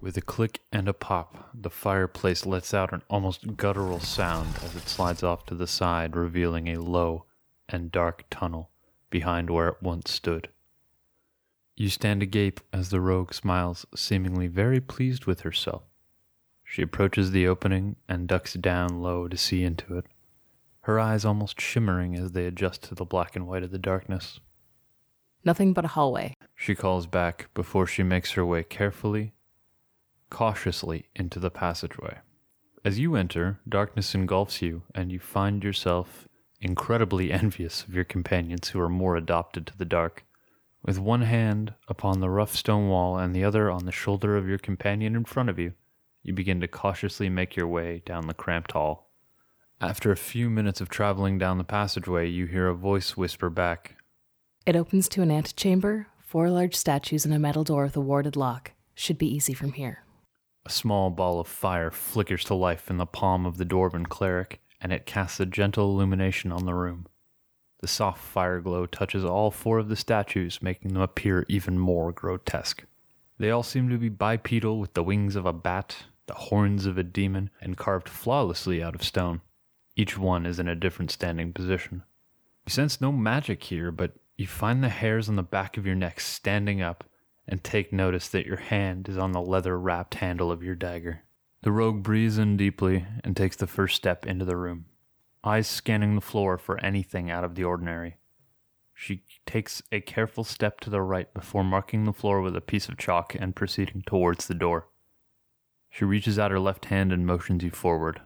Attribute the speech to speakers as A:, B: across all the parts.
A: With a click and a pop, the fireplace lets out an almost guttural sound as it slides off to the side, revealing a low and dark tunnel behind where it once stood. You stand agape as the rogue smiles, seemingly very pleased with herself. She approaches the opening and ducks down low to see into it, her eyes almost shimmering as they adjust to the black and white of the darkness.
B: Nothing but a hallway.
A: She calls back before she makes her way carefully, cautiously into the passageway. As you enter, darkness engulfs you, and you find yourself incredibly envious of your companions who are more adopted to the dark. With one hand upon the rough stone wall and the other on the shoulder of your companion in front of you, you begin to cautiously make your way down the cramped hall. After a few minutes of traveling down the passageway, you hear a voice whisper back,
B: It opens to an antechamber, four large statues, and a metal door with a warded lock. Should be easy from here.
A: A small ball of fire flickers to life in the palm of the dwarven cleric, and it casts a gentle illumination on the room. The soft fire glow touches all four of the statues, making them appear even more grotesque. They all seem to be bipedal with the wings of a bat, the horns of a demon, and carved flawlessly out of stone. Each one is in a different standing position. You sense no magic here, but you find the hairs on the back of your neck standing up and take notice that your hand is on the leather wrapped handle of your dagger. The rogue breathes in deeply and takes the first step into the room, eyes scanning the floor for anything out of the ordinary. She takes a careful step to the right before marking the floor with a piece of chalk and proceeding towards the door. She reaches out her left hand and motions you forward.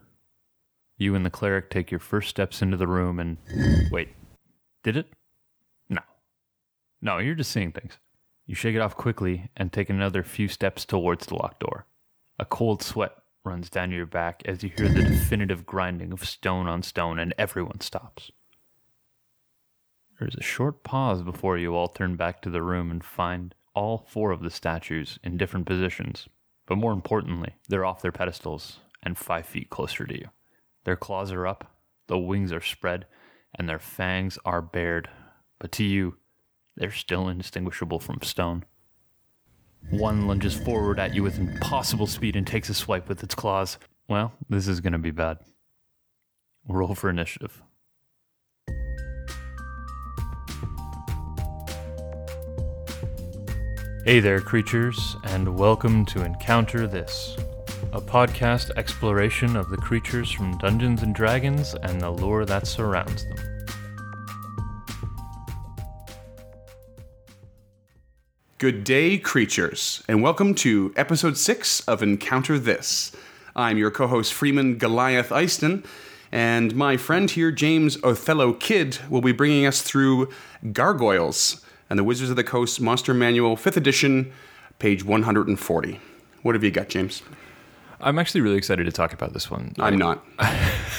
A: You and the cleric take your first steps into the room and. Wait. Did it? No. No, you're just seeing things. You shake it off quickly and take another few steps towards the locked door. A cold sweat runs down your back as you hear the definitive grinding of stone on stone, and everyone stops. There is a short pause before you all turn back to the room and find all four of the statues in different positions. But more importantly, they're off their pedestals and five feet closer to you. Their claws are up, the wings are spread, and their fangs are bared. But to you, they're still indistinguishable from stone. One lunges forward at you with impossible speed and takes a swipe with its claws. Well, this is going to be bad. Roll for initiative. Hey there, creatures, and welcome to Encounter This, a podcast exploration of the creatures from Dungeons and Dragons and the lore that surrounds them.
C: Good day, creatures, and welcome to episode six of Encounter This. I'm your co host, Freeman Goliath Eiston, and my friend here, James Othello Kidd, will be bringing us through Gargoyles and the Wizards of the Coast Monster Manual, 5th edition, page 140. What have you got, James?
D: I'm actually really excited to talk about this one.
C: I'm not.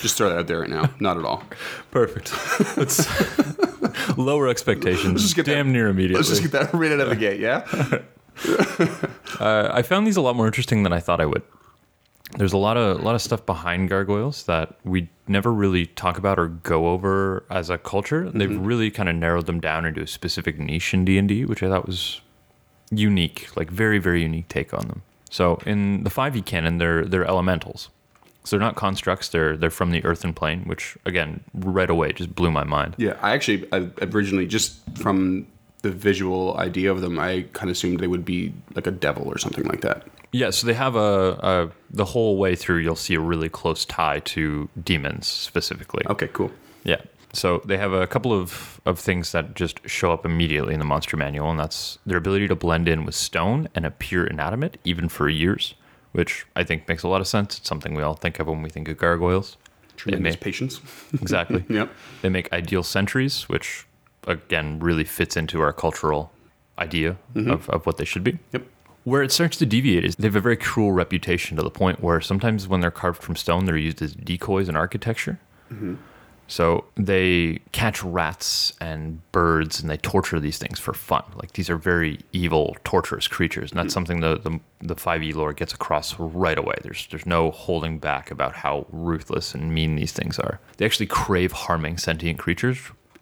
C: Just throw that out there right now. Not at all.
D: Perfect. Let's lower expectations
C: just get
D: damn
C: that-
D: near immediately.
C: Let's just get that right out of the gate, yeah?
D: Uh, I found these a lot more interesting than I thought I would. There's a lot of a lot of stuff behind gargoyles that we never really talk about or go over as a culture.
C: Mm-hmm.
D: They've really kind of narrowed them down into a specific niche in D and D, which I thought was unique, like very very unique take on them. So in the five E canon, they're they're elementals. So they're not constructs. They're they're from the earthen plane, which again right away just blew my mind.
C: Yeah, I actually I originally just from the visual idea of them, I kind of assumed they would be like a devil or something like that.
D: Yeah, so they have a, a the whole way through. You'll see a really close tie to demons specifically.
C: Okay, cool.
D: Yeah. So they have a couple of, of things that just show up immediately in the monster manual, and that's their ability to blend in with stone and appear inanimate, even for years, which I think makes a lot of sense. It's something we all think of when we think of gargoyles.
C: Tremendous patience.
D: Exactly.
C: Yep.
D: They make ideal sentries, which again really fits into our cultural idea
C: Mm-hmm.
D: of, of what they should be.
C: Yep.
D: Where it starts to deviate is they have a very cruel reputation to the point where sometimes when they're carved from stone, they're used as decoys in architecture. So they catch rats and birds and they torture these things for fun. Like these are very evil, torturous creatures, and that's something the the, the 5e lore gets across right away. There's there's no holding back about how ruthless and mean these things are. They actually crave harming sentient creatures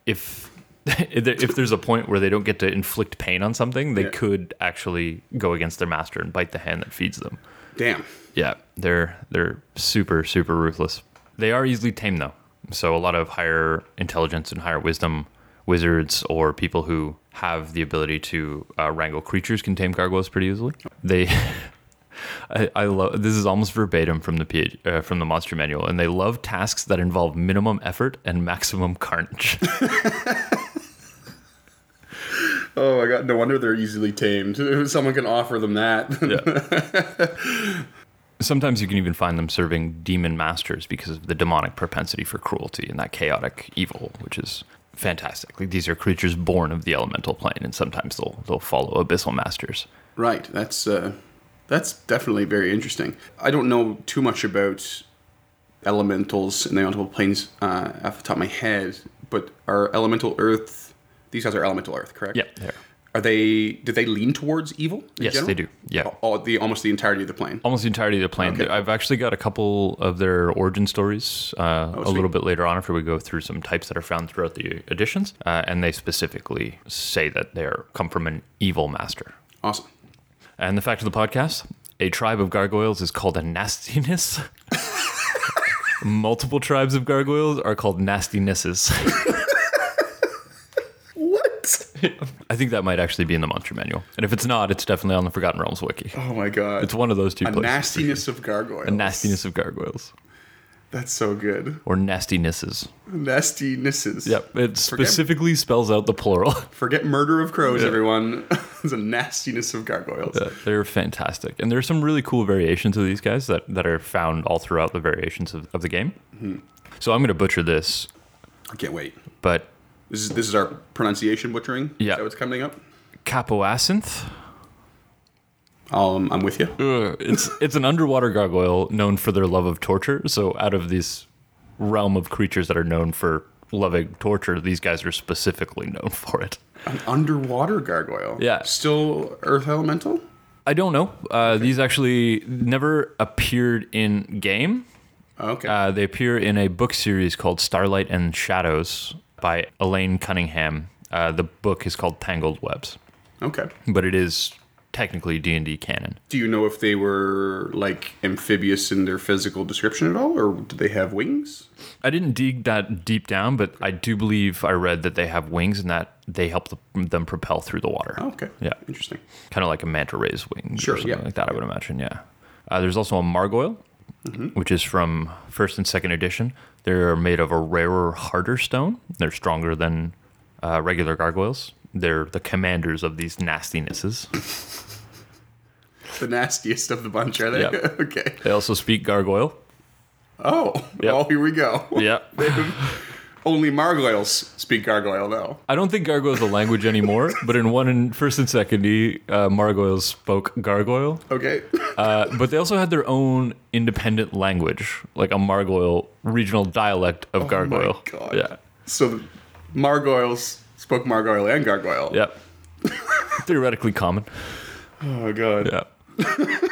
D: if
A: if there- if there's a point where they don't get to inflict pain on something, they could actually go against their master and bite the hand that feeds them.
C: Damn.
A: Yeah, they're they're super super ruthless. They are easily tamed though. So a lot of higher intelligence and higher wisdom wizards or people who have the ability to uh, wrangle creatures can tame gargoyles pretty easily. They I, I love this is almost verbatim from the PH, uh, from the monster manual and they love tasks that involve minimum effort and maximum carnage.
C: Oh my god! No wonder they're easily tamed. Someone can offer them that.
A: Sometimes you can even find them serving demon masters because of the demonic propensity for cruelty and that chaotic evil, which is fantastic. Like these are creatures born of the elemental plane, and sometimes they'll they'll follow abyssal masters.
C: Right. That's uh, that's definitely very interesting. I don't know too much about elementals and the elemental planes uh, off the top of my head, but are elemental earth? These guys are elemental earth, correct?
A: Yeah, they are.
C: Are they? Do they lean towards evil? in
A: Yes,
C: general?
A: they do. Yeah. Oh.
C: Al- All, the almost the entirety of the plane.
A: Almost the entirety of the plane.
C: Okay.
A: I've actually got a couple of their origin stories uh, a
C: Oh, sweet.
A: little bit later on after we go through some types that are found throughout the editions, uh, and they specifically say that they are come from an evil master.
C: Awesome.
A: And the fact of the podcast a tribe of gargoyles is called a nastiness. Multiple tribes of gargoyles are called nastinesses.
C: What?
A: I think that might actually be in the monster manual. And if it's not, it's definitely on the Forgotten Realms wiki.
C: Oh my god!
A: It's one of those two
C: a
A: places. for
C: nastiness
A: sure.
C: of gargoyle.
A: A nastiness of gargoyles.
C: That's so good.
A: Or nastinesses.
C: Nastinesses.
A: Yep. It specifically spells out the plural.
C: Forget murder of crows, everyone. it's a nastiness of gargoyles.
A: Uh, They're fantastic. And there's some really cool variations of these guys that, that are found all throughout the variations of, of the game. So I'm going to butcher this,
C: I can't wait.
A: but
C: This is this is our pronunciation butchering.
A: Yeah.
C: is that what's coming up.
A: Capoacinth.
C: Um, I'm with you.
A: Ugh, it's it's an underwater gargoyle known for their love of torture. So out of this realm of creatures that are known for loving torture, these guys are specifically known for it.
C: An underwater gargoyle.
A: Yeah.
C: Still earth elemental.
A: I don't know. Uh, these actually never appeared in game.
C: Okay.
A: Uh, they appear in a book series called Starlight and Shadows by Elaine Cunningham. Uh, the book is called Tangled Webs,
C: okay.
A: but it is technically D and D canon.
C: Do you know if they were like amphibious in their physical description at all, or do they have wings?
A: I didn't dig that deep down, but I do believe I read that they have wings and that they help the, them propel through the water.
C: Oh, Okay.
A: Yeah.
C: Interesting.
A: Kind of like a manta ray's wings
C: Sure,
A: or something
C: yeah. Mm-hmm.
A: like that, I would imagine. Yeah. Uh, there's also a margoyle, which is from first and second edition. They're made of a rarer, harder stone. They're stronger than uh, regular gargoyles. They're the commanders of these nastinesses.
C: The nastiest of the bunch, are they?
A: Yeah.
C: okay.
A: They also speak gargoyle.
C: Oh.
A: Yep.
C: Oh, here we go.
A: Yeah.
C: Only margoyles speak gargoyle, though.
A: I don't think gargoyle is a language anymore, but in one and first and second E, uh, margoyles spoke gargoyle.
C: Okay.
A: Uh, but they also had their own independent language, like a Margoyle regional dialect of Gargoyle.
C: Oh My God.
A: Yeah.
C: So the margoyles spoke margoyle and gargoyle.
A: Yeah. Theoretically common.
C: Oh god.
A: Yeah.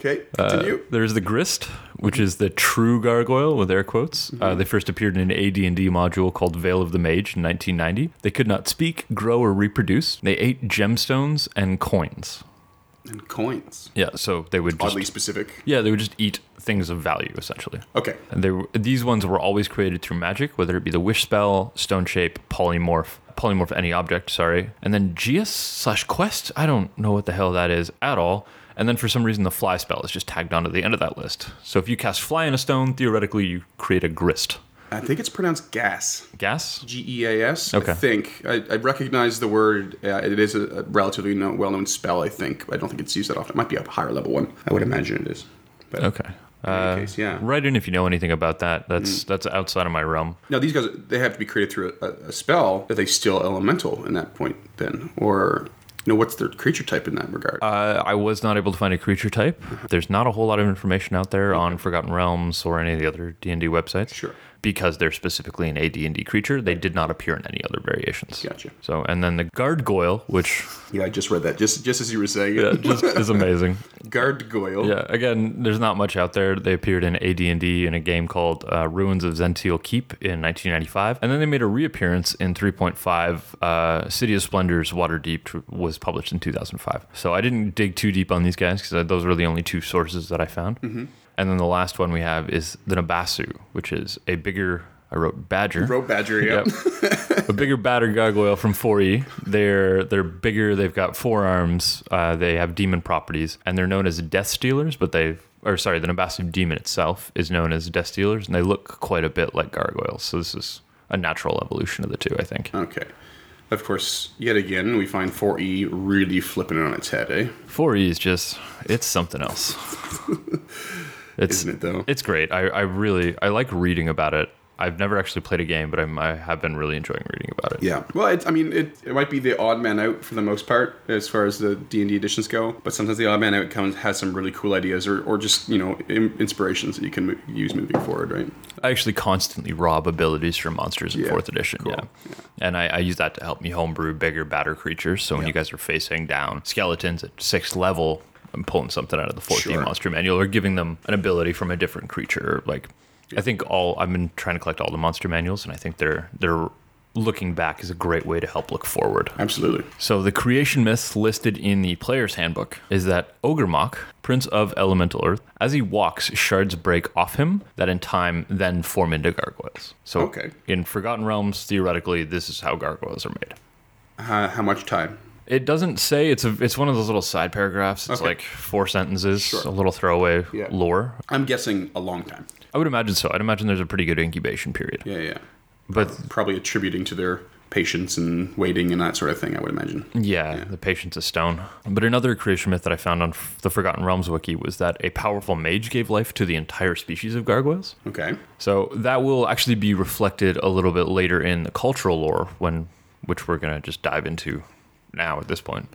C: Okay. Continue.
A: There's the Grist, which is the true gargoyle with air quotes.
C: Mm-hmm.
A: Uh, they first appeared in an AD&D module called Veil of the Mage in 1990. They could not speak, grow, or reproduce. They ate gemstones and coins.
C: and coins.
A: Yeah, so they would just
C: Oddly specific.
A: yeah they would just eat things of value essentially.
C: Okay.
A: And They, were- these ones were always created through magic, whether it be the wish spell, stone shape, polymorph, polymorph any object, sorry. And then Geas slash quest, I don't know what the hell that is at all. And then for some reason, the fly spell is just tagged onto the end of that list. So if you cast fly in a stone, theoretically, you create a grist.
C: I think it's pronounced gas.
A: Gas?
C: G E A S. I
A: Okay.
C: think I, I recognize the word. Uh, it is a, a relatively no, well-known spell. I think. but I don't think it's used that often. It might be a higher level one. I would imagine it is. But
A: Okay.
C: In any case, yeah.
A: Write in Uh, if you know anything about that. That's that's outside of my realm.
C: Now these guys they have to be created through a, a spell. Are they still elemental in that point then, or you know what's their creature type in that regard?
A: Uh, I was not able to find a creature type. There's not a whole lot of information out there on Forgotten Realms or any of the other D&D websites.
C: Sure.
A: Because they're specifically an AD&D creature, they did not appear in any other variations.
C: Gotcha.
A: So, and then the Gargoyle, which
C: yeah, I just read that just just as you were saying it.
A: just is amazing.
C: Gargoyle.
A: Yeah, again, there's not much out there. They appeared in AD&D in a game called uh, Ruins of Zentiel Keep in 1995, and then they made a reappearance in 3.5. Uh, City of Splendor's Waterdeep tr- was published in 2005. So I didn't dig too deep on these guys because those were the only two sources that I found. And then the last one we have is the Nabasu, which is a bigger. I wrote badger.
C: Rope Badger, yeah.
A: Yep. a bigger batter gargoyle from 4E. They're they're bigger. They've got forearms. Uh, they have demon properties, and they're known as death stealers. But they, or sorry, the Nabasu demon itself is known as death stealers, and they look quite a bit like gargoyles. So this is a natural evolution of the two, I think.
C: Okay. Of course, yet again, we find 4E really flipping it on its head, eh?
A: 4E E is just it's something else. It's
C: Isn't it, though?
A: It's great. I, I really I like reading about it. I've never actually played a game, but I'm, I have been really enjoying reading about it.
C: Yeah. Well, it, I mean, it, it might be the odd man out for the most part as far as the D and D editions go, but sometimes the odd man out comes has some really cool ideas or, or just you know im inspirations that you can mo- use moving forward, right?
A: I actually constantly rob abilities from monsters in
C: Yeah,
A: fourth edition. Yeah. And I, I use that to help me homebrew bigger, badder creatures. So when you guys are facing down skeletons at sixth level, I'm pulling something out of the fourth
C: Sure.
A: e monster manual or giving them an ability from a different creature. Like I think all I've been trying to collect all the monster manuals and I think they're they're looking back is a great way to help look forward.
C: Absolutely.
A: So the creation myths listed in the player's handbook is that Ogremok, prince of elemental earth, as he walks, shards break off him that in time then form into gargoyles. So
C: Okay.
A: in Forgotten Realms, theoretically, this is how gargoyles are made.
C: Uh, how much time?
A: It doesn't say it's a it's one of those little side paragraphs. It's
C: Okay.
A: like four sentences,
C: Sure.
A: a little throwaway
C: Yeah.
A: lore.
C: I'm guessing a long time.
A: I would imagine so. I'd imagine there's a pretty good incubation period.
C: Yeah, yeah.
A: But
C: Probably attributing to their patience and waiting and that sort of thing. I would imagine.
A: Yeah, the patience of stone. But another creation myth that I found on f- the Forgotten Realms wiki was that a powerful mage gave life to the entire species of gargoyles.
C: Okay.
A: So that will actually be reflected a little bit later in the cultural lore, when which we're gonna just dive into now at this point.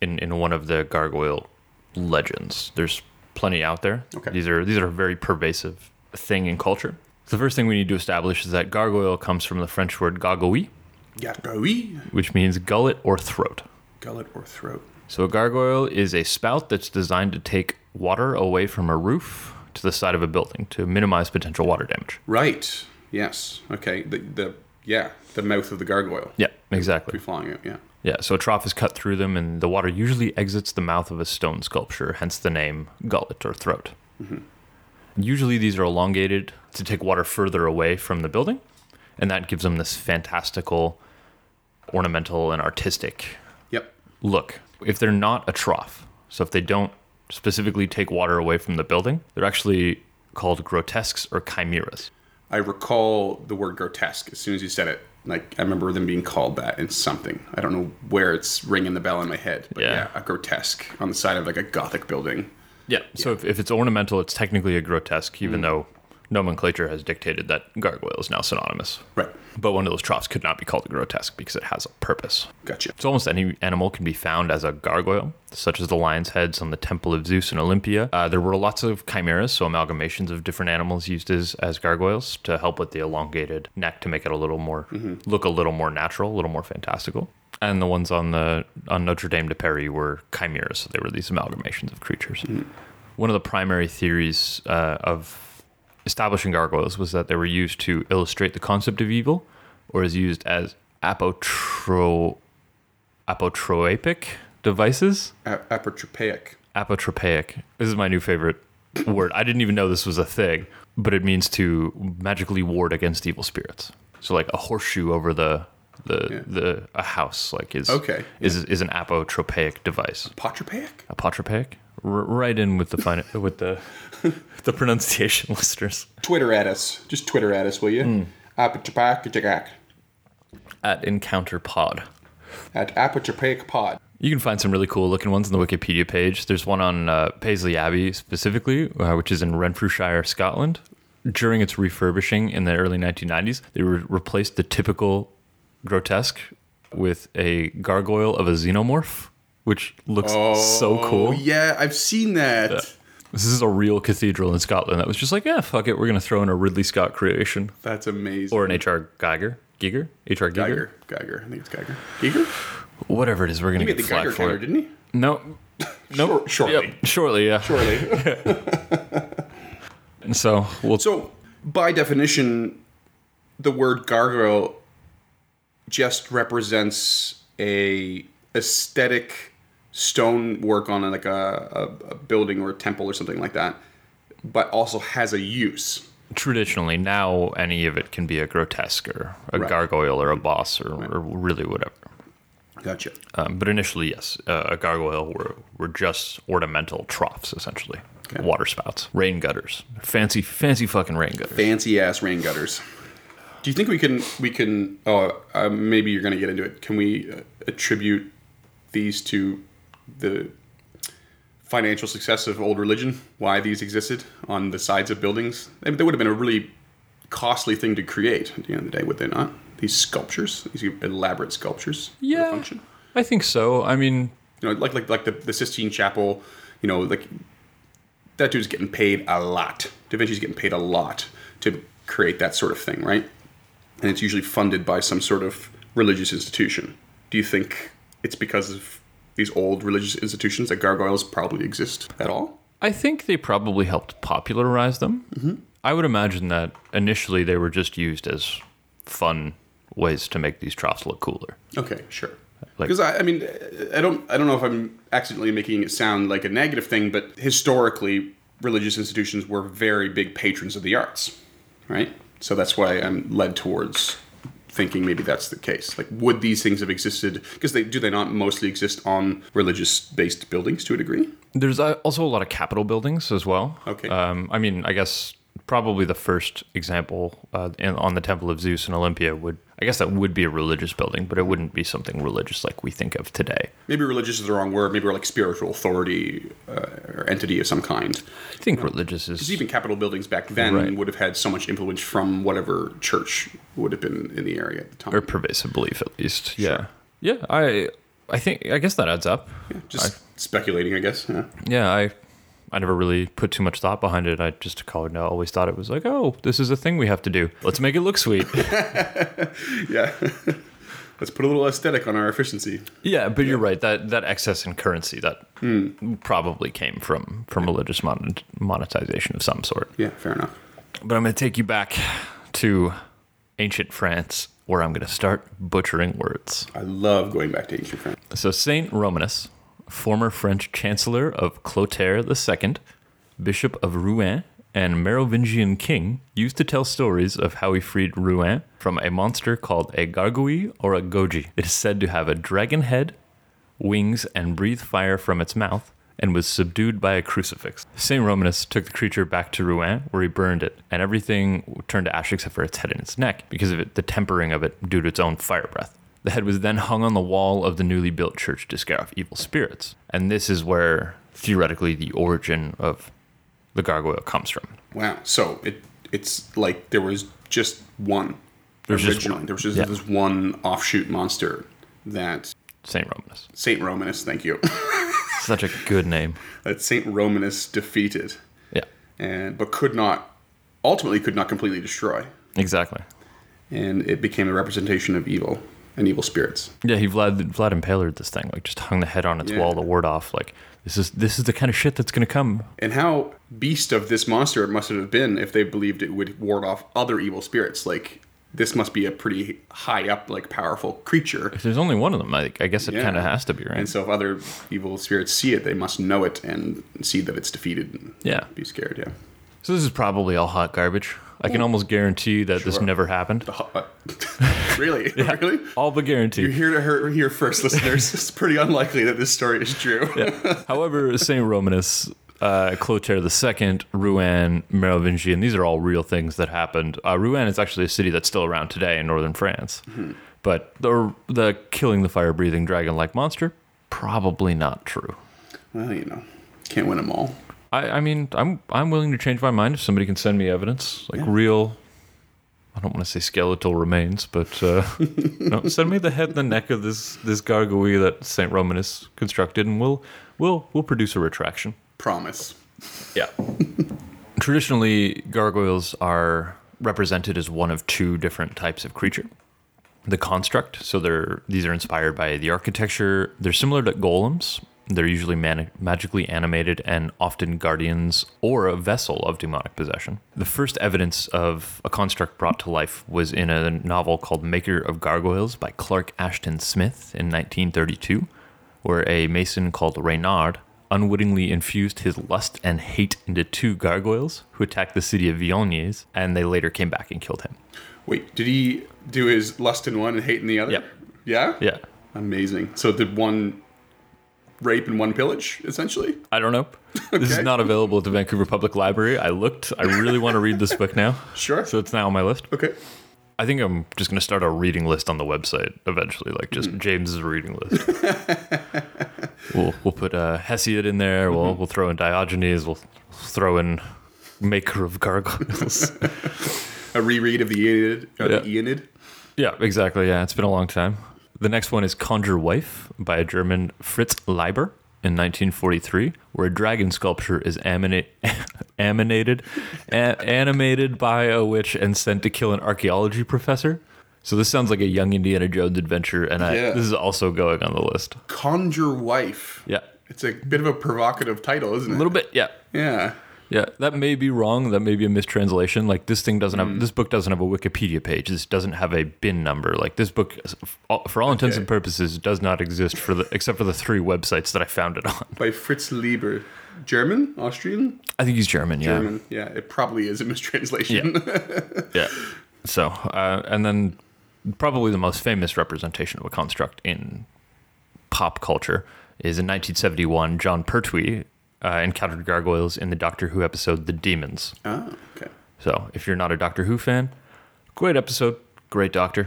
A: In in one of the gargoyle legends, there's plenty out there.
C: Okay.
A: These are these are a very pervasive thing in culture. The first thing we need to establish is that gargoyle comes from the French word gargouille,
C: Gargoyle,
A: which means gullet or throat.
C: gullet or throat.
A: So a gargoyle is a spout that's designed to take water away from a roof to the side of a building to minimize potential water damage.
C: Right. Yes. Okay. The the yeah the mouth of the gargoyle.
A: Yeah,
C: Be
A: exactly.
C: flying out. Yeah.
A: Yeah, so a trough is cut through them and the water usually exits the mouth of a stone sculpture, hence the name gullet or throat. Usually these are elongated to take water further away from the building, and that gives them this fantastical ornamental and artistic
C: Yep.
A: look, if they're not a trough, so if they don't specifically take water away from the building, they're actually called grotesques or chimeras.
C: I recall the word grotesque as soon as you said it. Like I remember them being called that in something. I don't know where it's ringing the bell in my head, but yeah,
A: Yeah.
C: a grotesque on the side of like a gothic building.
A: Yeah. So if, if it's ornamental, it's technically a grotesque, even though nomenclature has dictated that gargoyle is now synonymous.
C: Right.
A: But one of those troughs could not be called a grotesque because it has a purpose.
C: Gotcha.
A: So almost any animal can be found as a gargoyle, such as the lion's heads on the Temple of Zeus in Olympia. Uh, there were lots of chimeras, so amalgamations of different animals used as, as gargoyles to help with the elongated neck to make it a little more look a little more natural, a little more fantastical. And the ones on the on Notre Dame de Paris were chimeras, so they were these amalgamations of creatures. One of the primary theories uh, of establishing gargoyles was that they were used to illustrate the concept of evil, or is used as apotro apotropic devices.
C: A- apotropaic.
A: Apotropaic. This is my new favorite word. I didn't even know this was a thing, but it means to magically ward against evil spirits. So like a horseshoe over the the
C: Yeah.
A: the a house like is
C: Okay,
A: is is an apotropaic device.
C: Potropaic?
A: Apotropaic. R- right in with the fin- with the the pronunciation listeners.
C: Twitter at us. Just Twitter at us, will you? Apotropaic.
A: At Encounter Pod.
C: At apotropaic pod.
A: You can find some really cool looking ones on the Wikipedia page. There's one on uh, Paisley Abbey specifically, uh, which is in Renfrewshire, Scotland. During its refurbishing in the early 1990s, they re- replaced the typical grotesque with a gargoyle of a xenomorph, which looks so
C: Oh
A: cool.
C: yeah, I've seen that.
A: This is a real cathedral in Scotland that was just like, yeah, fuck it, we're going to throw in a Ridley Scott creation
C: That's amazing.
A: or an H.R. Geiger. Giger? H.R. Giger?
C: Geiger. Geiger. I think it's Geiger. Geiger?
A: Whatever it is, we're going
C: He
A: to
C: made the
A: get flack
C: Geiger
A: for
C: counter,
A: it.
C: didn't he?
A: No. Nope.
C: Shor- shortly.
A: Yep, Shortly, yeah.
C: Surely.
A: And so we'll
C: so, by definition, the word gargoyle just represents a aesthetic stone work on like a, a, a building or a temple or something like that, but also has a use.
A: traditionally now any of it can be a grotesque or a
C: Right.
A: gargoyle or a boss or, or really whatever.
C: Gotcha.
A: Um, but initially, yes, uh, a gargoyle were were just ornamental troughs essentially,
C: Okay.
A: water spouts, rain gutters, fancy fancy fucking rain gutters.
C: Fancy ass rain gutters. Do you think we can we can? Oh, uh, maybe you're gonna get into it. Can we uh, attribute these to the financial success of old religion? Why these existed on the sides of buildings? I mean, they would have been a really costly thing to create at the end of the day, would they not? These sculptures, these elaborate sculptures. for the
A: Yeah.
C: function.
A: I think so. I mean,
C: You know, like like like the, the Sistine Chapel. You know, like that dude's getting paid a lot. Da Vinci's getting paid a lot to create that sort of thing, right? And it's usually funded by some sort of religious institution. Do you think it's because of these old religious institutions that gargoyles probably exist at all?
A: I think they probably helped popularize them.
C: Mm-hmm.
A: I would imagine that initially they were just used as fun ways to make these troughs look cooler.
C: Okay, sure.
A: Like-
C: Because I, I mean, I don't, I don't know if I'm accidentally making it sound like a negative thing, but historically, religious institutions were very big patrons of the arts, right? So that's why I'm led towards thinking maybe that's the case. Like, would these things have existed? Because they do they not mostly exist on religious-based buildings to a degree?
A: There's uh, also a lot of capital buildings as well.
C: Okay.
A: Um, I mean, I guess probably the first example uh, in, on the Temple of Zeus in Olympia would, I guess that would be a religious building, but it wouldn't be something religious like we think of today.
C: Maybe religious is the wrong word. Maybe we're like spiritual authority uh, or entity of some kind.
A: I think religious is.
C: Because even capital buildings back then
A: Right.
C: would have had so much influence from whatever church would have been in the area at the time.
A: or pervasive belief at least.
C: Sure.
A: Yeah. Yeah. I I think I guess that adds up.
C: Just speculating, I guess. Yeah.
A: Yeah, I I never really put too much thought behind it. I just kind of always thought it was like, oh, this is a thing we have to do. Let's make it look sweet.
C: yeah. Let's put a little aesthetic on our efficiency.
A: yeah, but you're right. That that excess in currency that probably came from from religious mon- monetization of some sort.
C: Yeah, fair enough.
A: But I'm going to take you back to ancient France where I'm going to start butchering words.
C: I love going back to ancient France.
A: So Saint Romanus, former French chancellor of Clotaire II, bishop of Rouen, and Merovingian king, used to tell stories of how he freed Rouen from a monster called a gargouille or a goji. It is said to have a dragon head, wings, and breathe fire from its mouth, and was subdued by a crucifix. Saint Romanus took the creature back to Rouen, where he burned it, and everything turned to ash except for its head and its neck because of it, the tempering of it due to its own fire breath. The head was then hung on the wall of the newly built church to scare off evil spirits. And this is where, theoretically, the origin of the gargoyle comes from.
C: Wow. So it it's like there was just one.
A: There's just
C: originally.
A: one.
C: There was just
A: Yeah.
C: this one offshoot monster that
A: St. Romanus.
C: Saint Romanus, thank you,
A: Such a good name.
C: that Saint Romanus defeated,
A: Yeah,
C: and but could not, ultimately could not completely destroy,
A: exactly.
C: and it became a representation of evil and evil spirits.
A: Yeah, he Vlad Vlad impalered this thing, like just hung the head on its
C: Yeah.
A: wall to ward off. Like this is this is the kind of shit that's gonna come.
C: And how beast of this monster it must have been if they believed it would ward off other evil spirits. Like this must be a pretty high up, like powerful creature.
A: If there's only one of them, I, I guess it
C: Yeah.
A: kind of has to be right.
C: And so if other evil spirits see it, they must know it and see that it's defeated and
A: Yeah.
C: be scared, yeah.
A: so this is probably all hot garbage. I can almost guarantee that this
C: Sure.
A: never happened.
C: Uh, really? Really?
A: All but guarantee.
C: You're here to hear here first, listeners. it's pretty unlikely that this story is true.
A: However, Saint Romanus, uh, Clotaire II, Rouen, Merovingian, these are all real things that happened. Uh, Rouen is actually a city that's still around today in northern France.
C: Mm-hmm.
A: But the, the killing the fire breathing dragon like monster, probably not true.
C: Well, you know, can't win them all.
A: I, I mean, I'm, I'm willing to change my mind if somebody can send me evidence, like
C: Yeah.
A: real. I don't want to say skeletal remains, but uh, no, send me the head and the neck of this this gargoyle that Saint Romanus constructed, and we'll we'll we'll produce a retraction.
C: Promise.
A: Yeah. Traditionally, gargoyles are represented as one of two different types of creature. The construct, so they're these are inspired by the architecture. They're similar to golems They're usually mani- magically animated and often guardians or a vessel of demonic possession. The first evidence of a construct brought to life was in a novel called Maker of Gargoyles by Clark Ashton Smith in 1932, where a mason called Reynard unwittingly infused his lust and hate into two gargoyles who attacked the city of Viognes, and they later came back and killed him.
C: Wait, did he do his lust in one and hate in the other?
A: Yep.
C: Yeah?
A: Yeah.
C: Amazing. So did one rape and one pillage, essentially?
A: I don't know. This is
C: Okay.
A: not available at the Vancouver Public Library. I looked. I really want to read this book now.
C: Sure.
A: So it's now on my list.
C: Okay.
A: I think I'm just going to start a reading list on the website eventually, like just James's reading list. we'll we'll put uh, Hesiod in there. We'll we'll throw in Diogenes. We'll throw in Maker of Gargoyles.
C: A reread of the Aeneid. Uh, the Aeneid.
A: yeah, exactly. Yeah, it's been a long time. The next one is Conjure Wife by a German Fritz Leiber in 1943, where a dragon sculpture is amina- aminated, a- animated by a witch and sent to kill an archaeology professor. So this sounds like a young Indiana Jones adventure, and I,
C: Yeah.
A: this is also going on the list.
C: Conjure Wife.
A: Yeah,
C: It's a bit of a provocative title, isn't it?
A: a little bit. Yeah,
C: Yeah.
A: yeah. That may be wrong. That may be a mistranslation. Like this thing doesn't have this book doesn't have a Wikipedia page. This doesn't have a bin number. Like this book, for all intents and purposes, does not exist for the except for the three websites that I found it on.
C: By Fritz Lieber. German? Austrian?
A: I think he's German. Yeah.
C: German. Yeah, it probably is a mistranslation.
A: Yeah. So, uh, and then probably the most famous representation of a construct in pop culture is in 1971, John Pertwee uh, encountered gargoyles in the Doctor Who episode The Demons.
C: oh, okay.
A: So, if you're not a Doctor Who fan, great episode, great Doctor,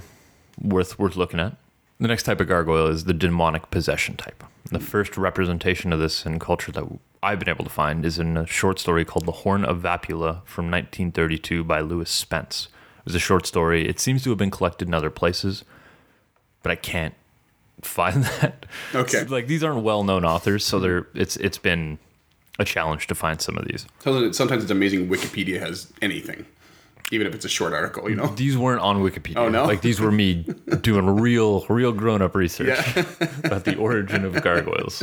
A: worth worth looking at. The next type of gargoyle is the demonic possession type. The first representation of this in culture that I've been able to find is in a short story called The Horn of Vapula from 1932 by Lewis Spence. It was a short story. It seems to have been collected in other places, but I can't find that.
C: Okay.
A: like these aren't well-known authors, so they're it's it's been a challenge to find some of these.
C: Sometimes sometimes it's amazing Wikipedia has anything, even if it's a short article, you know?
A: These weren't on Wikipedia.
C: Oh, no?
A: Like these were me doing real, real grown-up research
C: Yeah.
A: about the origin of gargoyles.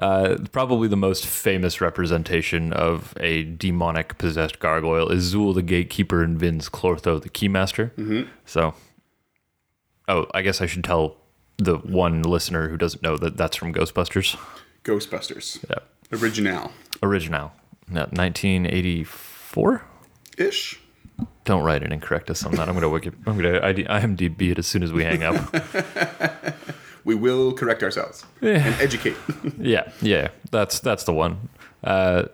A: Uh, probably the most famous representation of a demonic possessed gargoyle is Zool the Gatekeeper and Vince Clortho the Keymaster.
C: Mm-hmm.
A: So, oh, I guess I should tell the one listener who doesn't know that that's from Ghostbusters.
C: Ghostbusters.
A: Yeah.
C: Original.
A: Original. No, 1984?
C: Ish.
A: Don't write it and correct us on that. I'm gonna wiki. I'm gonna ID, IMDb it as soon as we hang up.
C: We will correct ourselves and educate.
A: yeah, yeah. That's that's the one. Uh,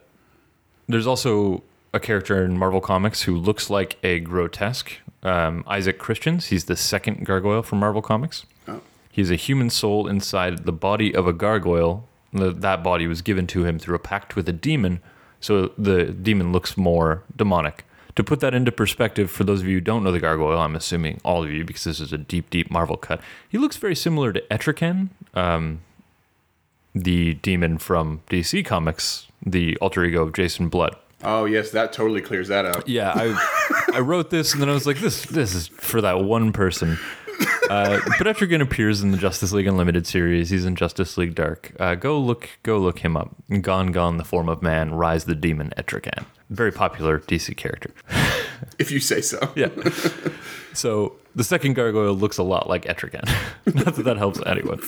A: there's also a character in Marvel Comics who looks like a grotesque um, Isaac Christians. He's the second gargoyle from Marvel Comics.
C: Oh.
A: He's a human soul inside the body of a gargoyle. The, that body was given to him through a pact with a demon, so the demon looks more demonic. To put that into perspective, for those of you who don't know the gargoyle, I'm assuming all of you, because this is a deep, deep Marvel cut, he looks very similar to Etrican, um, the demon from DC Comics, the alter ego of Jason Blood.
C: Oh, yes, that totally clears that up.
A: Yeah, I I wrote this and then I was like, this this is for that one person. Uh, but Etrigan appears in the Justice League Unlimited series. He's in Justice League Dark. Uh, go look, go look him up. Gone, gone, the form of man. Rise, the demon. Etrigan, very popular DC character.
C: If you say so.
A: Yeah. so the second gargoyle looks a lot like Etrigan. Not that that helps anyone.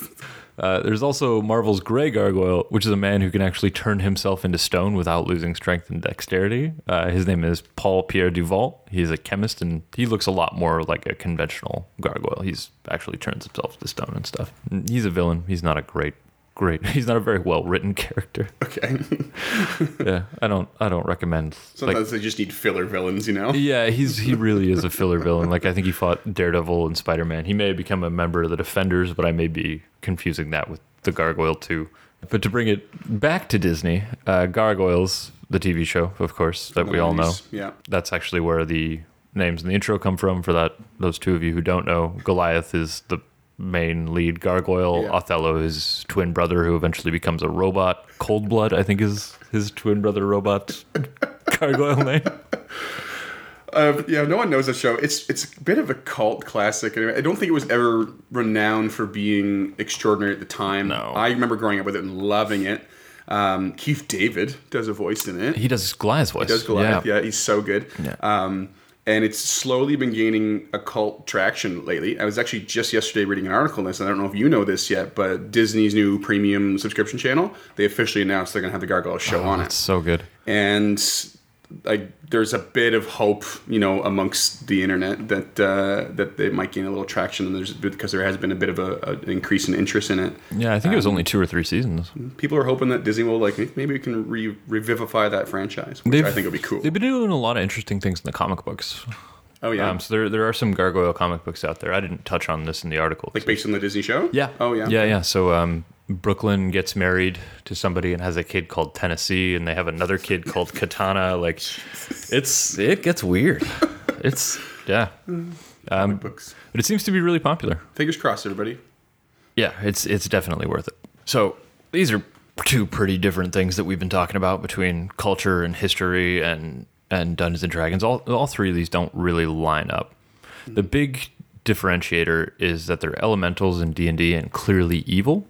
A: Uh, there's also Marvel's Grey Gargoyle, which is a man who can actually turn himself into stone without losing strength and dexterity. Uh, his name is Paul Pierre Duval. He's a chemist, and he looks a lot more like a conventional gargoyle. He's actually turns himself to stone and stuff. He's a villain. He's not a great, great. He's not a very well written character.
C: Okay.
A: Yeah, I don't, I don't recommend. like-
C: Sometimes they just need filler villains, you know?
A: yeah, he's he really is a filler villain. Like I think he fought Daredevil and Spider Man. He may have become a member of the Defenders, but I may be confusing that with the Gargoyle too. But to bring it back to Disney, uh, Gargoyles, the TV show, of course, that we all know.
C: Yeah.
A: That's actually where the names in the intro come from. For that, those two of you who don't know, Goliath is the main lead gargoyle.
C: Yeah.
A: Othello is his twin brother, who eventually becomes a robot. Cold Blood, I think, is his twin brother robot gargoyle name.
C: Uh, yeah, no one knows the show. It's it's a bit of a cult classic. Anyway, I don't think it was ever renowned for being extraordinary at the time.
A: No.
C: I remember growing up with it and loving it. Um, Keith David does a voice in it.
A: He does Goliath's voice.
C: does Goliath. Yeah, he's so good. Um, and it's slowly been gaining occult traction lately. I was actually just yesterday reading an article on this, and I don't know if you know this yet, but Disney's new premium subscription channel, they officially announced they're going to have the Gargoyle show on
A: It's
C: it.
A: so good.
C: And like, there's a bit of hope, you know, amongst the internet that uh, that they might gain a little traction, and there's because there has been a bit of a, a, an increase in interest in it.
A: Yeah, I think it
C: Um,
A: was only two or three seasons.
C: People are hoping that Disney will like maybe we can re- revivify that franchise, which I think would be cool.
A: They've been doing a lot of interesting things in the comic books.
C: Oh yeah,
A: Um, so there, there are some gargoyle comic books out there. I didn't touch on this in the article.
C: Like based on the Disney show?
A: yeah.
C: Oh yeah.
A: Yeah, yeah. So um, Brooklyn gets married to somebody and has a kid called Tennessee, and they have another kid called Katana. Like, it's it gets weird. It's yeah,
C: Books.
A: but it seems to be really popular.
C: Fingers crossed, everybody.
A: Yeah, it's it's definitely worth it. So these are two pretty different things that we've been talking about between culture and history and and Dungeons and Dragons. All all three of these don't really line up. The big differentiator is that they're elementals in D&D and clearly evil.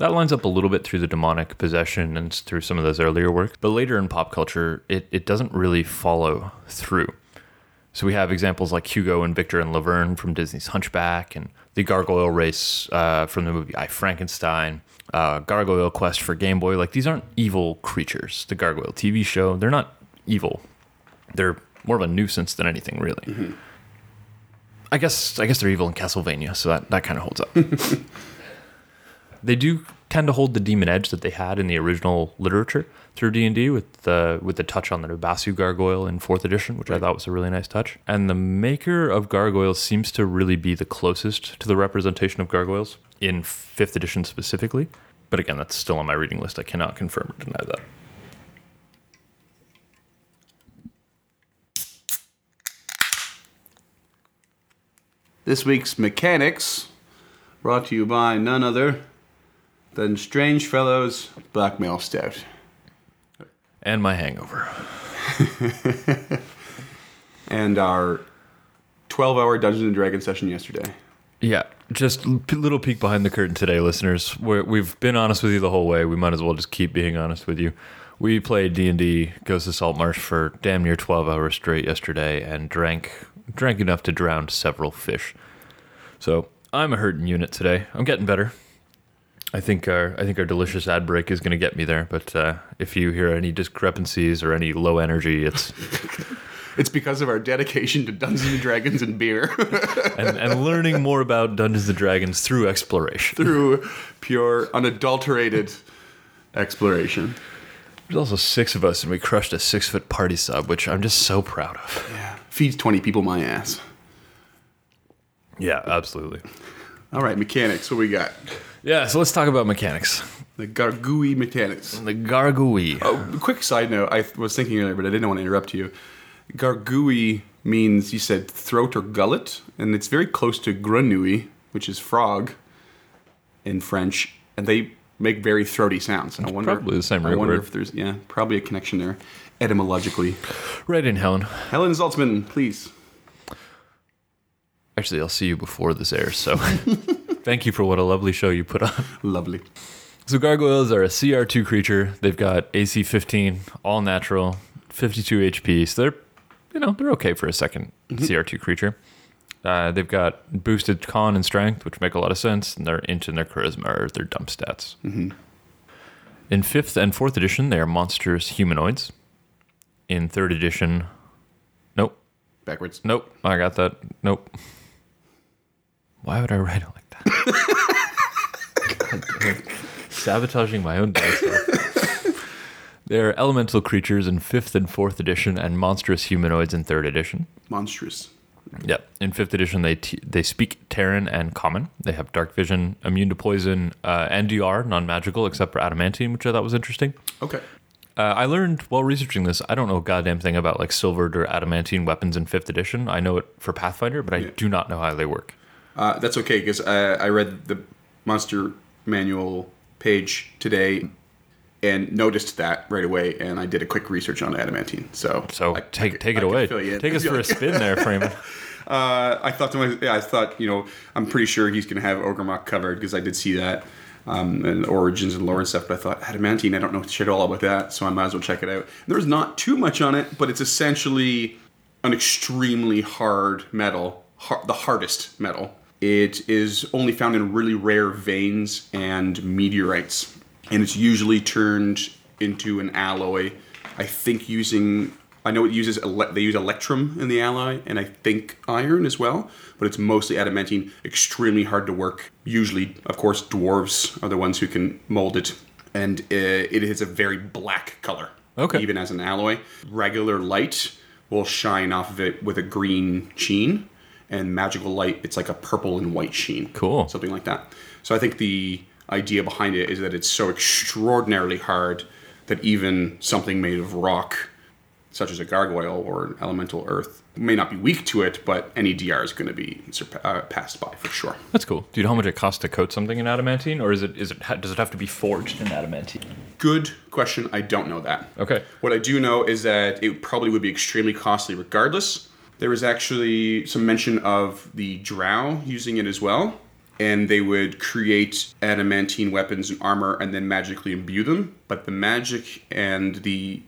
A: That lines up a little bit through the demonic possession and through some of those earlier work, but later in pop culture it, it doesn't really follow through. So we have examples like Hugo and Victor and Laverne from Disney's Hunchback, and the Gargoyle Race uh, from the movie I Frankenstein, uh, Gargoyle Quest for Game Boy. Like these aren't evil creatures. The Gargoyle TV show, they're not evil. They're more of a nuisance than anything, really. I guess I guess they're evil in Castlevania, so that, that kind of holds up. they do tend to hold the demon edge that they had in the original literature through D&D with the with the touch on the Nubasu gargoyle in 4th edition, which I thought was a really nice touch. And the maker of gargoyles seems to really be the closest to the representation of gargoyles in 5th edition specifically. But again, that's still on my reading list. I cannot confirm or deny that.
C: This week's mechanics brought to you by none other than Strange Fellows Blackmail Stout.
A: And my hangover.
C: And our 12 hour Dungeons and Dragons session yesterday.
A: Yeah, just l- p- little peek behind the curtain today, listeners. We're, we've been honest with you the whole way. We might as well just keep being honest with you. We played D and D Ghost of Salt Marsh for damn near twelve hours straight yesterday, and drank drank enough to drown several fish. So I'm a hurting unit today. I'm getting better. I think our I think our delicious ad break is going to get me there. But uh, if you hear any discrepancies or any low energy, it's
C: It's because of our dedication to Dungeons and Dragons and beer
A: and, and learning more about Dungeons and Dragons through exploration.
C: through pure, unadulterated exploration.
A: There's also six of us, and we crushed a six foot party sub, which I'm just so proud of.
C: Yeah. Feeds 20 people my ass.
A: Yeah, absolutely.
C: All right, mechanics. What we got?
A: Yeah, so let's talk about mechanics.
C: The Gargui mechanics.
A: The Gargouille.
C: Oh, quick side note. I th- was thinking earlier, but I didn't want to interrupt you. Gargui means you said throat or gullet, and it's very close to grenouille, which is frog in French, and they make very throaty sounds. I wonder,
A: probably the same
C: I
A: root
C: wonder
A: word.
C: if there's yeah, probably a connection there etymologically.
A: Right in, Helen.
C: Helen Zaltzman, please.
A: Actually, I'll see you before this airs, so thank you for what a lovely show you put on.
C: Lovely.
A: So, gargoyles are a CR2 creature. They've got AC 15, all natural, 52 HP, so they're, you know, they're okay for a 2nd CR2 creature. Uh, they've got boosted con and strength, which make a lot of sense, and their int and their charisma are their dump stats. In fifth and fourth edition, they are monstrous humanoids. In third edition, nope,
C: Backwards.
A: nope, I got that, nope. Why would I write it like that? God damn it. Sabotaging my own dice. roll. They're elemental creatures in fifth and fourth edition, and monstrous humanoids in third edition.
C: Monstrous.
A: Yep. In fifth edition, they t- they speak Terran and Common. They have dark vision, immune to poison, uh, NDR, non magical, except for adamantium, which I thought was interesting.
C: Okay.
A: Uh, I learned while researching this. I don't know a goddamn thing about like silvered or adamantine weapons in fifth edition. I know it for Pathfinder, but I do not know how they work.
C: Uh, that's okay because I, I read the monster manual page today. and noticed that right away, and I did a quick research on adamantine. So,
A: So
C: I-
A: take
C: I-
A: take
C: I
A: it
C: can
A: away.
C: fill you in.
A: Take us for a spin there, Freeman.
C: Uh, I thought to myself, yeah, I thought, you know, I'm pretty sure he's going to have Ogremok covered because I did see that um, and Origins and lore and stuff. But I thought Adamantine, I don't know shit all about that, so I might as well check it out. There's not too much on it, but it's essentially an extremely hard metal, har- the hardest metal. It is only found in really rare veins and meteorites, and it's usually turned into an alloy. I think using I know it uses ele- they use electrum in the alloy, and I think iron as well, but it's mostly adamantine. Extremely hard to work. Usually, of course, dwarves are the ones who can mold it, and uh, it is a very black color.
A: Okay.
C: Even as an alloy, regular light will shine off of it with a green sheen, and magical light it's like a purple and white sheen.
A: Cool.
C: Something like that. So I think the idea behind it is that it's so extraordinarily hard that even something made of rock such as a gargoyle or an elemental earth may not be weak to it, but any DR is going to be surpa- uh, passed by for sure.
A: That's cool. Do you know how much it costs to coat something in adamantine, or is it is it ha- does it have to be forged in adamantine?
C: Good question. I don't know that.
A: Okay.
C: What I do know is that it probably would be extremely costly regardless. There was actually some mention of the drow using it as well, and they would create adamantine weapons and armor and then magically imbue them. But the magic and the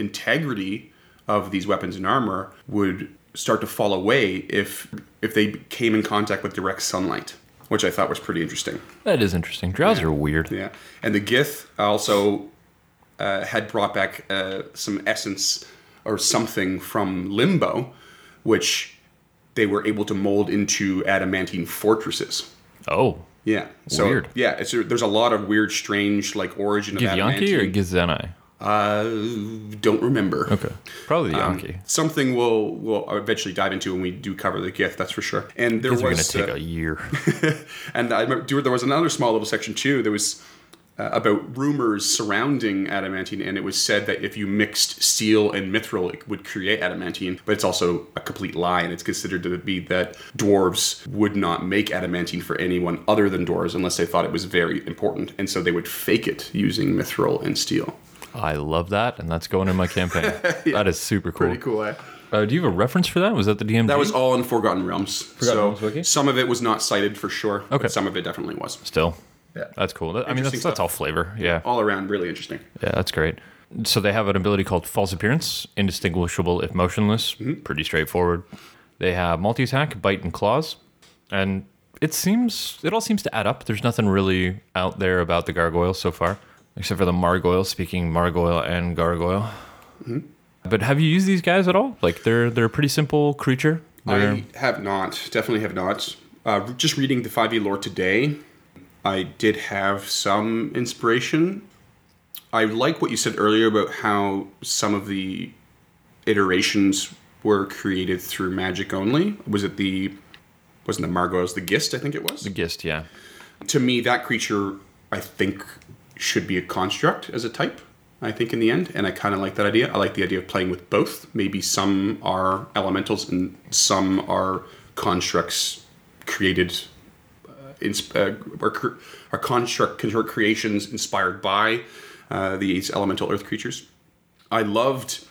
C: integrity of these weapons and armor would start to fall away if if they came in contact with direct sunlight, which I thought was pretty interesting.
A: That is interesting. Drows are weird.
C: Yeah, and the Gith also uh, had brought back uh, some essence or something from Limbo, which they were able to mold into adamantine fortresses.
A: Oh,
C: Yeah, so
A: Weird.
C: yeah, it's, there's a lot of weird, strange like origin of
A: Givyanki or
C: adamantine.
A: Gizenai?
C: uh, don't remember.
A: Okay, probably the
C: Um,
A: Yanki.
C: Something we'll we'll eventually dive into when we do cover the Gith, that's for sure. And there
A: It's going to
C: was
A: take
C: uh,
A: a year.
C: And I remember there- there was another small little section too. There was uh, about rumors surrounding adamantine, and it was said that if you mixed steel and mithril, it would create adamantine. But it's also a complete lie, and it's considered to be that dwarves would not make adamantine for anyone other than dwarves unless they thought it was very important, and so they would fake it using mithril and steel.
A: I love that, and that's going in my campaign. that is super cool.
C: Pretty cool, eh?
A: Uh, do you have a reference for that? Was that the DMG?
C: That was all in Forgotten Realms. so
A: Realms wiki?
C: some of it was not cited for sure,
A: Okay.
C: but some of it definitely was.
A: still.
C: Yeah.
A: That's cool. That- I mean, that's,
C: Interesting
A: that's all flavor. Yeah.
C: All around, really interesting.
A: Yeah, that's great. So they have an ability called False Appearance, indistinguishable if motionless.
C: Mm-hmm.
A: Pretty straightforward. They have multi attack, bite, and claws, and it seems it all seems to add up. There's nothing really out there about the gargoyle so far, except for the margoyle. Speaking margoyle and gargoyle.
C: Mm-hmm.
A: But have you used these guys at all? Like they're they're a pretty simple creature. They're-
C: I have not. Definitely have not. Uh, just reading the 5e lore today, I did have some inspiration. I like what you said earlier about how some of the iterations were created through magic only. Was it the wasn't the Margot, it was the Gist, I think it was.
A: Gist, yeah.
C: To me, that creature I think should be a construct as a type. I think in the end, and I kind of like that idea. I like the idea of playing with both. Maybe some are elementals and some are constructs created, uh, insp- uh, or cr- are construct construct creations inspired by uh, these elemental earth creatures. I loved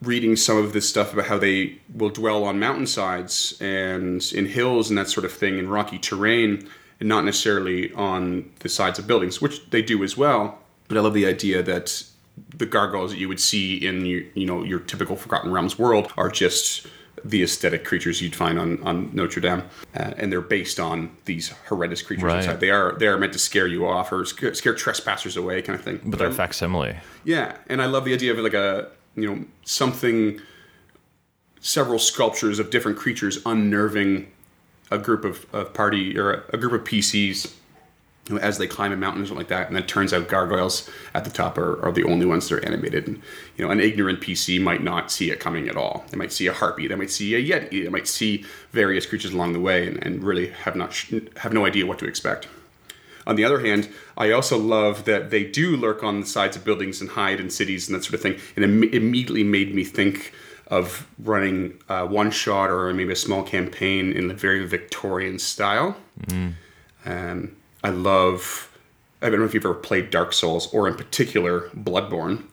C: reading some of this stuff about how they will dwell on mountainsides and in hills and that sort of thing in rocky terrain and not necessarily on the sides of buildings which they do as well but i love the idea that the gargoyles that you would see in your, you know your typical forgotten realms world are just the aesthetic creatures you'd find on, on Notre Dame, uh, and they're based on these horrendous creatures
A: Right.
C: inside. They are they are meant to scare you off or scare, scare trespassers away, kind of thing.
A: But they're facsimile.
C: Yeah, and I love the idea of like a you know something, several sculptures of different creatures unnerving a group of, of party or a, a group of PCs you know, as they climb a mountain or something like that. And it turns out gargoyles at the top are, are the only ones that are animated. And you know, an ignorant PC might not see it coming at all. They might see a harpy, they might see a yeti, they might see various creatures along the way, and, and really have not sh- have no idea what to expect. On the other hand, I also love that they do lurk on the sides of buildings and hide in cities and that sort of thing. And it im- immediately made me think of running uh, one shot or maybe a small campaign in a very Victorian style. Um, I love I don't know if you've ever played Dark Souls or in particular Bloodborne.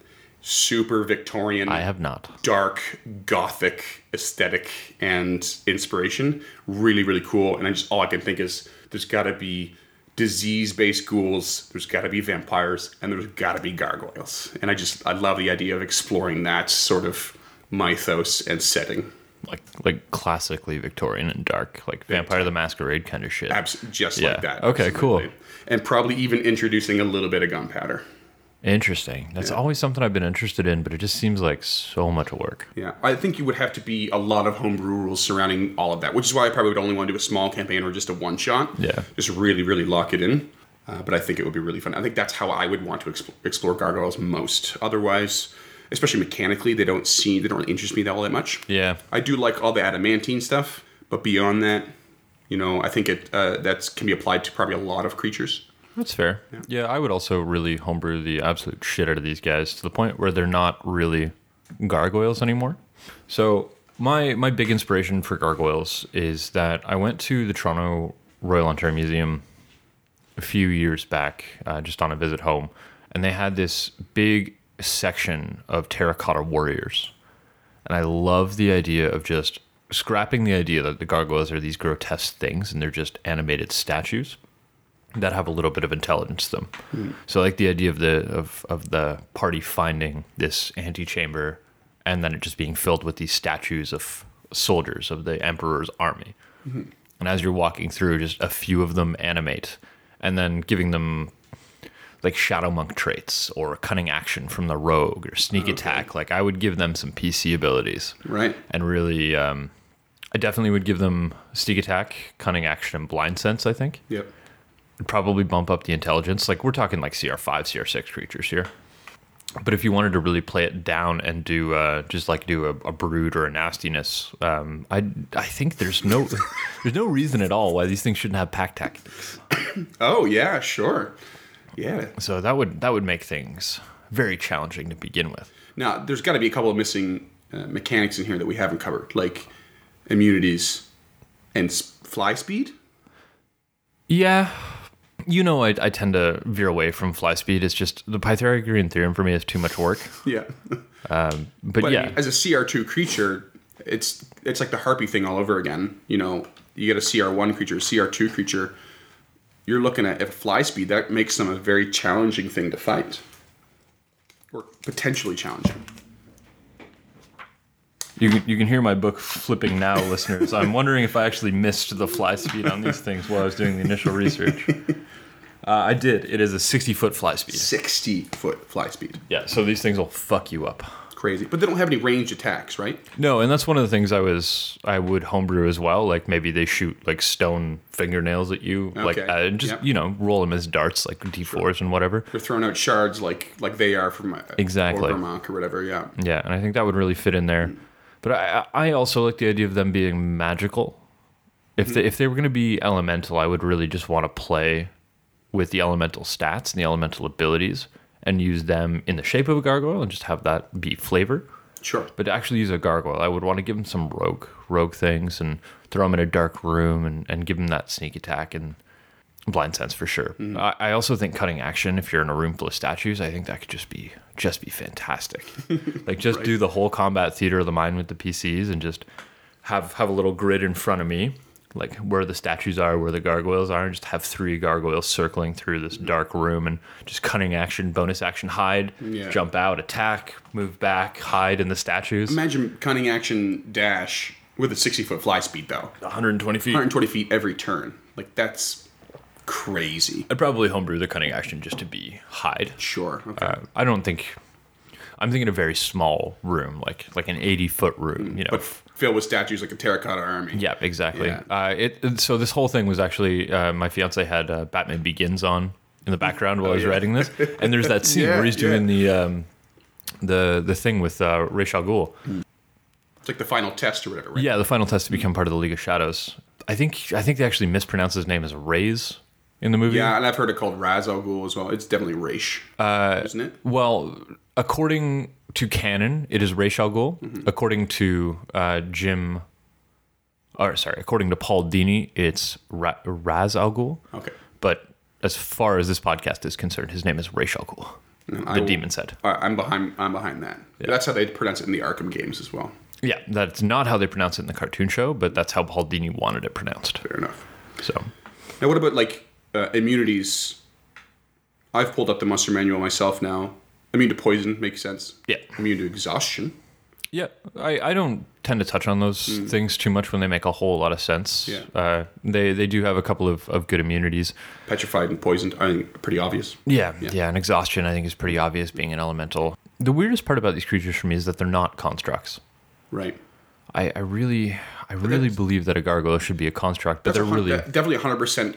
C: Super Victorian,
A: I have not.
C: dark, gothic aesthetic and inspiration. Really, really cool. And I just all I can think is there's got to be disease-based ghouls, there's got to be vampires, and there's got to be gargoyles. And I just I love the idea of exploring that sort of mythos and setting.
A: Like like classically Victorian and dark, like Vampire the Masquerade kind of shit.
C: Abs- just
A: Yeah.
C: like that.
A: Okay, cool.
C: And probably even introducing a little bit of gunpowder.
A: Interesting. That's always something I've been interested in, but it just seems like so much work.
C: Yeah, I think you would have to be a lot of homebrew rules surrounding all of that, which is why I probably would only want to do a small campaign or just a one shot.
A: Yeah.
C: Just really, really lock it in. Uh, but I think it would be really fun. I think that's how I would want to explore, explore gargoyles most. Otherwise, especially mechanically, they don't seem they don't really interest me that all that much.
A: Yeah.
C: I do like all the adamantine stuff, but beyond that, you know, I think it uh, that can be applied to probably a lot of creatures.
A: That's fair. Yeah. I would also really homebrew the absolute shit out of these guys to the point where they're not really gargoyles anymore. So my my big inspiration for gargoyles is that I went to the Toronto Royal Ontario Museum a few years back, uh, just on a visit home, and they had this big section of terracotta warriors, and I love the idea of just scrapping the idea that the gargoyles are these grotesque things and they're just animated statues that have a little bit of intelligence to them. So like the idea of the of, of the party finding this antechamber and then it just being filled with these statues of soldiers of the emperor's army. And as you're walking through, just a few of them animate and then giving them like shadow monk traits or a cunning action from the rogue or sneak attack. Like I would give them some PC abilities
C: Right.
A: and really um, I definitely would give them sneak attack, cunning action, and blind sense, I think
C: Yep.
A: probably bump up the intelligence. Like we're talking like CR5, CR6 creatures here. But if you wanted to really play it down and do uh, just like do a, a brood or a nastiness, um, I I think there's no there's no reason at all why these things shouldn't have pack tactics.
C: Oh yeah, sure. Yeah.
A: So that would that would make things very challenging to begin with.
C: Now, there's got to be a couple of missing uh, mechanics in here that we haven't covered, like immunities and s- fly speed.
A: Yeah. You know, I, I tend to veer away from fly speed. It's just the Pythagorean theorem for me is too much work.
C: Yeah, but,
A: But,
C: I
A: yeah,
C: mean, as a CR two creature, it's it's like the harpy thing all over again. You know, you get a CR one creature, CR two creature. You're looking at at fly speed. That makes them a very challenging thing to fight, or potentially challenging.
A: You can, you can hear my book flipping now, listeners. I'm wondering if I actually missed the fly speed on these things while I was doing the initial research. Uh, I did. It is a 60 foot fly speed.
C: Sixty foot fly speed,
A: Yeah, so these things will fuck you up.
C: crazy. But they don't have any range attacks, right?
A: No, and that's one of the things I was I would homebrew as well. Like maybe they shoot like stone fingernails at you, like
C: Okay,
A: uh, and just
C: yep.
A: you know roll them as darts, like d4s and whatever.
C: They're throwing out shards like like they are from uh,
A: Exactly.
C: Orgrimmok or whatever. Yeah.
A: Yeah, and I think that would really fit in there. But I, I also like the idea of them being magical. If they, if they were going to be elemental, I would really just want to play with the elemental stats and the elemental abilities and use them in the shape of a gargoyle and just have that be flavor.
C: Sure.
A: But to actually use a gargoyle, I would want to give him some rogue rogue things and throw him in a dark room and, and give him that sneak attack and blind sense for sure. I, I also think cutting action, if you're in a room full of statues, I think that could just be just be fantastic. like just do the whole combat theater of the mind with the PCs and just have have a little grid in front of me. Like where the statues are, where the gargoyles are, and just have three gargoyles circling through this dark room and just cutting action, bonus action, hide,
C: Yeah.
A: jump out, attack, move back, hide in the statues.
C: Imagine cunning action dash with a 60 foot fly speed, though.
A: 120 feet.
C: 120 feet every turn. Like, that's crazy.
A: I'd probably homebrew the cunning action just to be hide.
C: Sure. Okay.
A: Uh, I don't think. I'm thinking a very small room, like like an 80 foot room. You know.
C: but filled with statues like a terracotta army.
A: yeah, exactly.
C: Yeah.
A: Uh, it, it- so this whole thing was actually uh, my fiance had uh, Batman Begins on in the background while I was writing this, and there's that scene
C: Oh, Yeah,
A: where he's
C: yeah.
A: doing the um, the the thing with uh, Ra's al Ghul.
C: Mm-hmm. It's like the final test or whatever, right?
A: Yeah, the final test to become part of the League of Shadows. I think I think they actually mispronounce his name as Rays in the movie.
C: Yeah, and I've heard it called Raz Al Ghul as well. It's definitely Raish,
A: Uh,
C: isn't it?
A: Well, according to canon, it is Ra's al Ghul.
C: Mm-hmm.
A: According to uh, Jim, or sorry, according to Paul Dini, it's Ra- Raz al Ghul.
C: Okay.
A: But as far as this podcast is concerned, his name is Rachel Cool. The
C: Mm, I will-
A: demon said.
C: I- I'm behind. I'm behind that. That's how they pronounce it in the Arkham games as well.
A: Yeah, that's not how they pronounce it in the cartoon show, but that's how Baldini wanted it pronounced.
C: Fair enough.
A: So
C: Now, what about like uh, immunities? I've pulled up the monster manual myself now. Immune to poison makes sense.
A: Yeah.
C: Immune to exhaustion.
A: Yeah, I, I don't tend to touch on those things too much when they make a whole lot of sense.
C: Mm. Yeah.
A: Uh, they they do have a couple of, of good immunities.
C: Petrified and poisoned. I think pretty obvious.
A: Yeah, yeah, and exhaustion I think is pretty obvious being an elemental. The weirdest part about these creatures for me is that they're not constructs.
C: Right.
A: I, I really I really
C: that's-
A: believe that a gargoyle should be a construct, but
C: That's
A: they're
C: a hun-
A: really
C: that- definitely 100 percent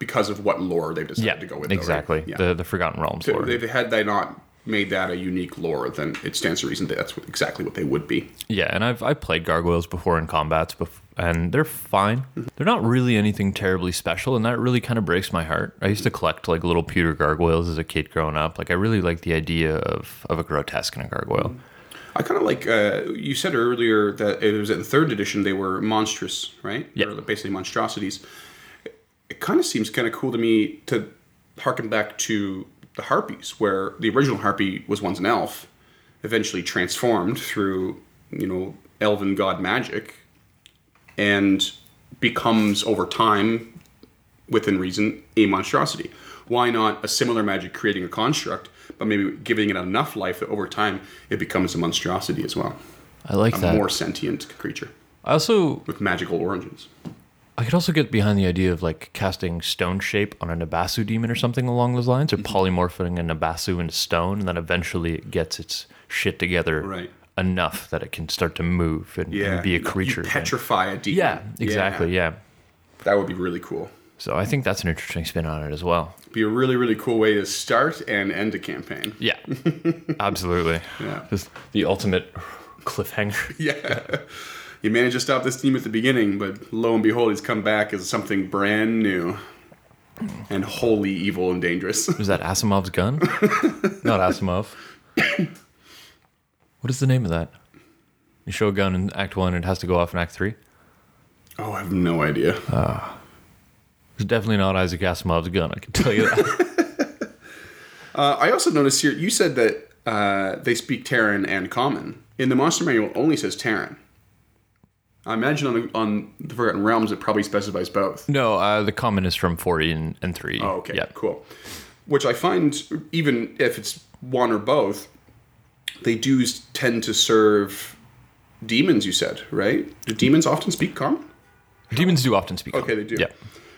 C: because of what lore they've decided
A: yeah
C: to go with. though, right?
A: exactly
C: Yeah.
A: the the Forgotten Realms
C: So
A: lore.
C: If they had they not made that a unique lore, then it stands to reason that that's what, exactly what they would be.
A: Yeah, and I've I've played gargoyles before in combats, bef- and they're fine.
C: Mm-hmm.
A: They're not really anything terribly special, and that really kind of breaks my heart. I used to collect like little pewter gargoyles as a kid growing up. Like I really like the idea of of a grotesque and a gargoyle.
C: Mm-hmm. I kind of like uh, you said earlier that it was in third edition they were monstrous, right?
A: Yeah.
C: Or basically monstrosities. It kind of seems kind of cool to me to harken back to the harpies, where the original harpy was once an elf, eventually transformed through you know elven god magic, and becomes over time, within reason, a monstrosity. Why not a similar magic creating a construct, but maybe giving it enough life that over time it becomes a monstrosity as well,
A: I like
C: a
A: that.
C: more sentient creature
A: I also
C: with magical origins.
A: I could also get behind the idea of like casting stone shape on a Nabasu demon or something along those lines, or
C: Mm-hmm.
A: polymorphing a Nabasu into stone, and then eventually it gets its shit together
C: Right.
A: enough that it can start to move and, and be a creature.
C: You
A: again.
C: petrify a demon.
A: Yeah, exactly. yeah.
C: That would be really cool.
A: So I think that's an interesting spin on it as well.
C: Be a really really cool way to start and end a campaign.
A: Yeah, absolutely.
C: Yeah.
A: Just the ultimate cliffhanger.
C: Yeah. You managed to stop this team at the beginning, but lo and behold, he's come back as something brand new and wholly evil and dangerous.
A: Was that Asimov's gun? Not Asimov. what is the name of that? You show a gun in Act One, it has to go off in Act Three.
C: oh, I have no idea.
A: It's definitely not Isaac Asimov's gun. I can tell you that.
C: Uh, I also noticed here you said that uh, they speak Terran and Common. In the Monster Manual, it only says Terran. I imagine on the, on the Forgotten Realms, it probably specifies both.
A: no, uh, the common is from forty and, and three.
C: Oh, okay,
A: Yeah.
C: cool. Which I find, even if it's one or both, they do s- tend to serve demons. You said right? Do demons often speak common?
A: Demons do often speak.
C: Okay,
A: common.
C: they do.
A: Yeah.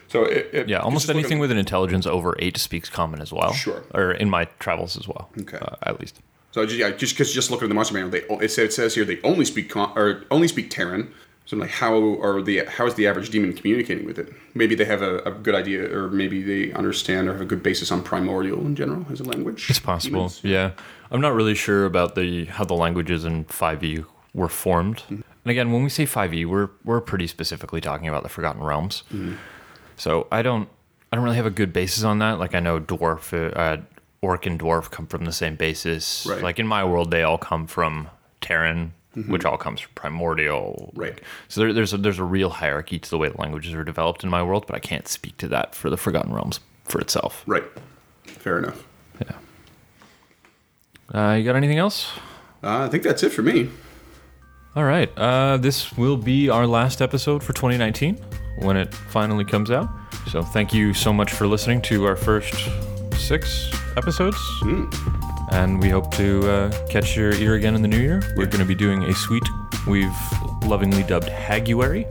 C: So it, it-
A: Yeah, almost
C: just look
A: anything
C: at-
A: with an intelligence over eight speaks common as well.
C: Sure.
A: Or in my travels as well.
C: Okay.
A: Uh, at least.
C: So just, yeah, just because just looking at the monster manual, they o- it says, it says here they only speak con- or only speak Terran. So I'm like, how are the how is the average demon communicating with it? Maybe they have a, a good idea, or maybe they understand or have a good basis on primordial in general as a language.
A: It's possible.
C: Demons.
A: Yeah. I'm not really sure about the how the languages in 5e were formed.
C: Mm-hmm.
A: And again, when we say 5e, we're we're pretty specifically talking about the Forgotten Realms.
C: Mm-hmm.
A: So I don't I don't really have a good basis on that. Like I know dwarf uh, uh, orc and dwarf come from the same basis.
C: Right. Mm-hmm.
A: Like in my world they all come from Terran, which all comes from primordial.
C: Right.
A: So there, there's a, there's a real hierarchy to the way languages are developed in my world, but I can't speak to that for the Forgotten Realms for itself.
C: Right. Fair enough.
A: Yeah. Uh, you got anything else?
C: Uh, I think that's it for me.
A: All right. Uh, this will be our last episode for 2019 when it finally comes out. So thank you so much for listening to our first six episodes. And we hope to uh, catch your ear again in the new year. We're going to be doing a suite we've lovingly dubbed Haguary.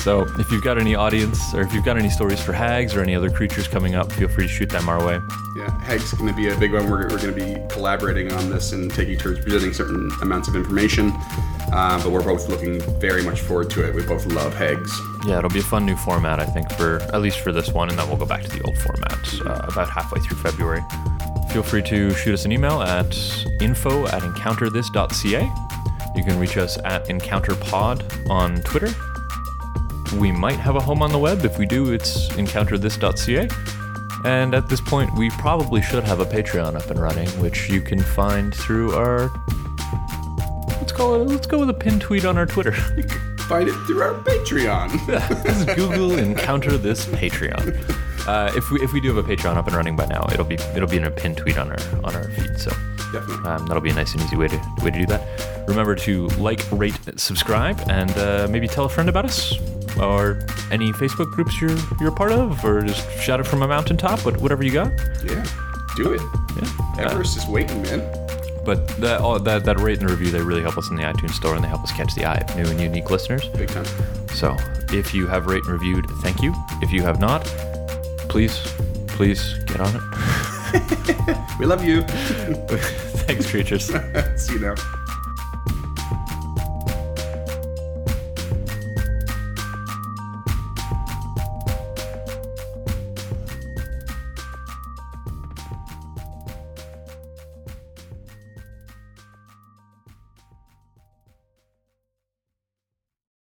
A: so if you've got any audience or if you've got any stories for hags or any other creatures coming up, feel free to shoot them our way.
C: Yeah, Hag's going to be a big one. We're, we're going to be collaborating on this and taking turns presenting certain amounts of information. Uh, but we're both looking very much forward to it. We both love Hags.
A: Yeah, it'll be a fun new format, I think, for at least for this one, and then we'll go back to the old format uh, about halfway through February. Feel free to shoot us an email at info at encounterthis.ca. You can reach us at encounterpod on Twitter. We might have a home on the web. If we do, it's encounterthis.ca. And at this point, we probably should have a Patreon up and running, which you can find through our. Let's call it. Let's go with a pin tweet on our Twitter.
C: Find it through our Patreon.
A: Just Google encounter this Patreon. Uh, if we if we do have a Patreon up and running by now, it'll be it'll be in a pinned tweet on our on our feed. So
C: Definitely.
A: um, that'll be a nice and easy way to way to do that. Remember to like, rate, subscribe, and uh, maybe tell a friend about us or any Facebook groups you're you're a part of, or just shout it from a mountaintop, what- whatever you got.
C: Yeah. Do it.
A: Yeah.
C: Everest is waiting, man.
A: But that, all, that that rate and review they really help us in the iTunes store and they help us catch the eye of new and unique listeners.
C: Big time.
A: So if you have rate and reviewed, thank you. If you have not, please please get on it.
C: We love you.
A: Thanks, creatures.
C: See you now.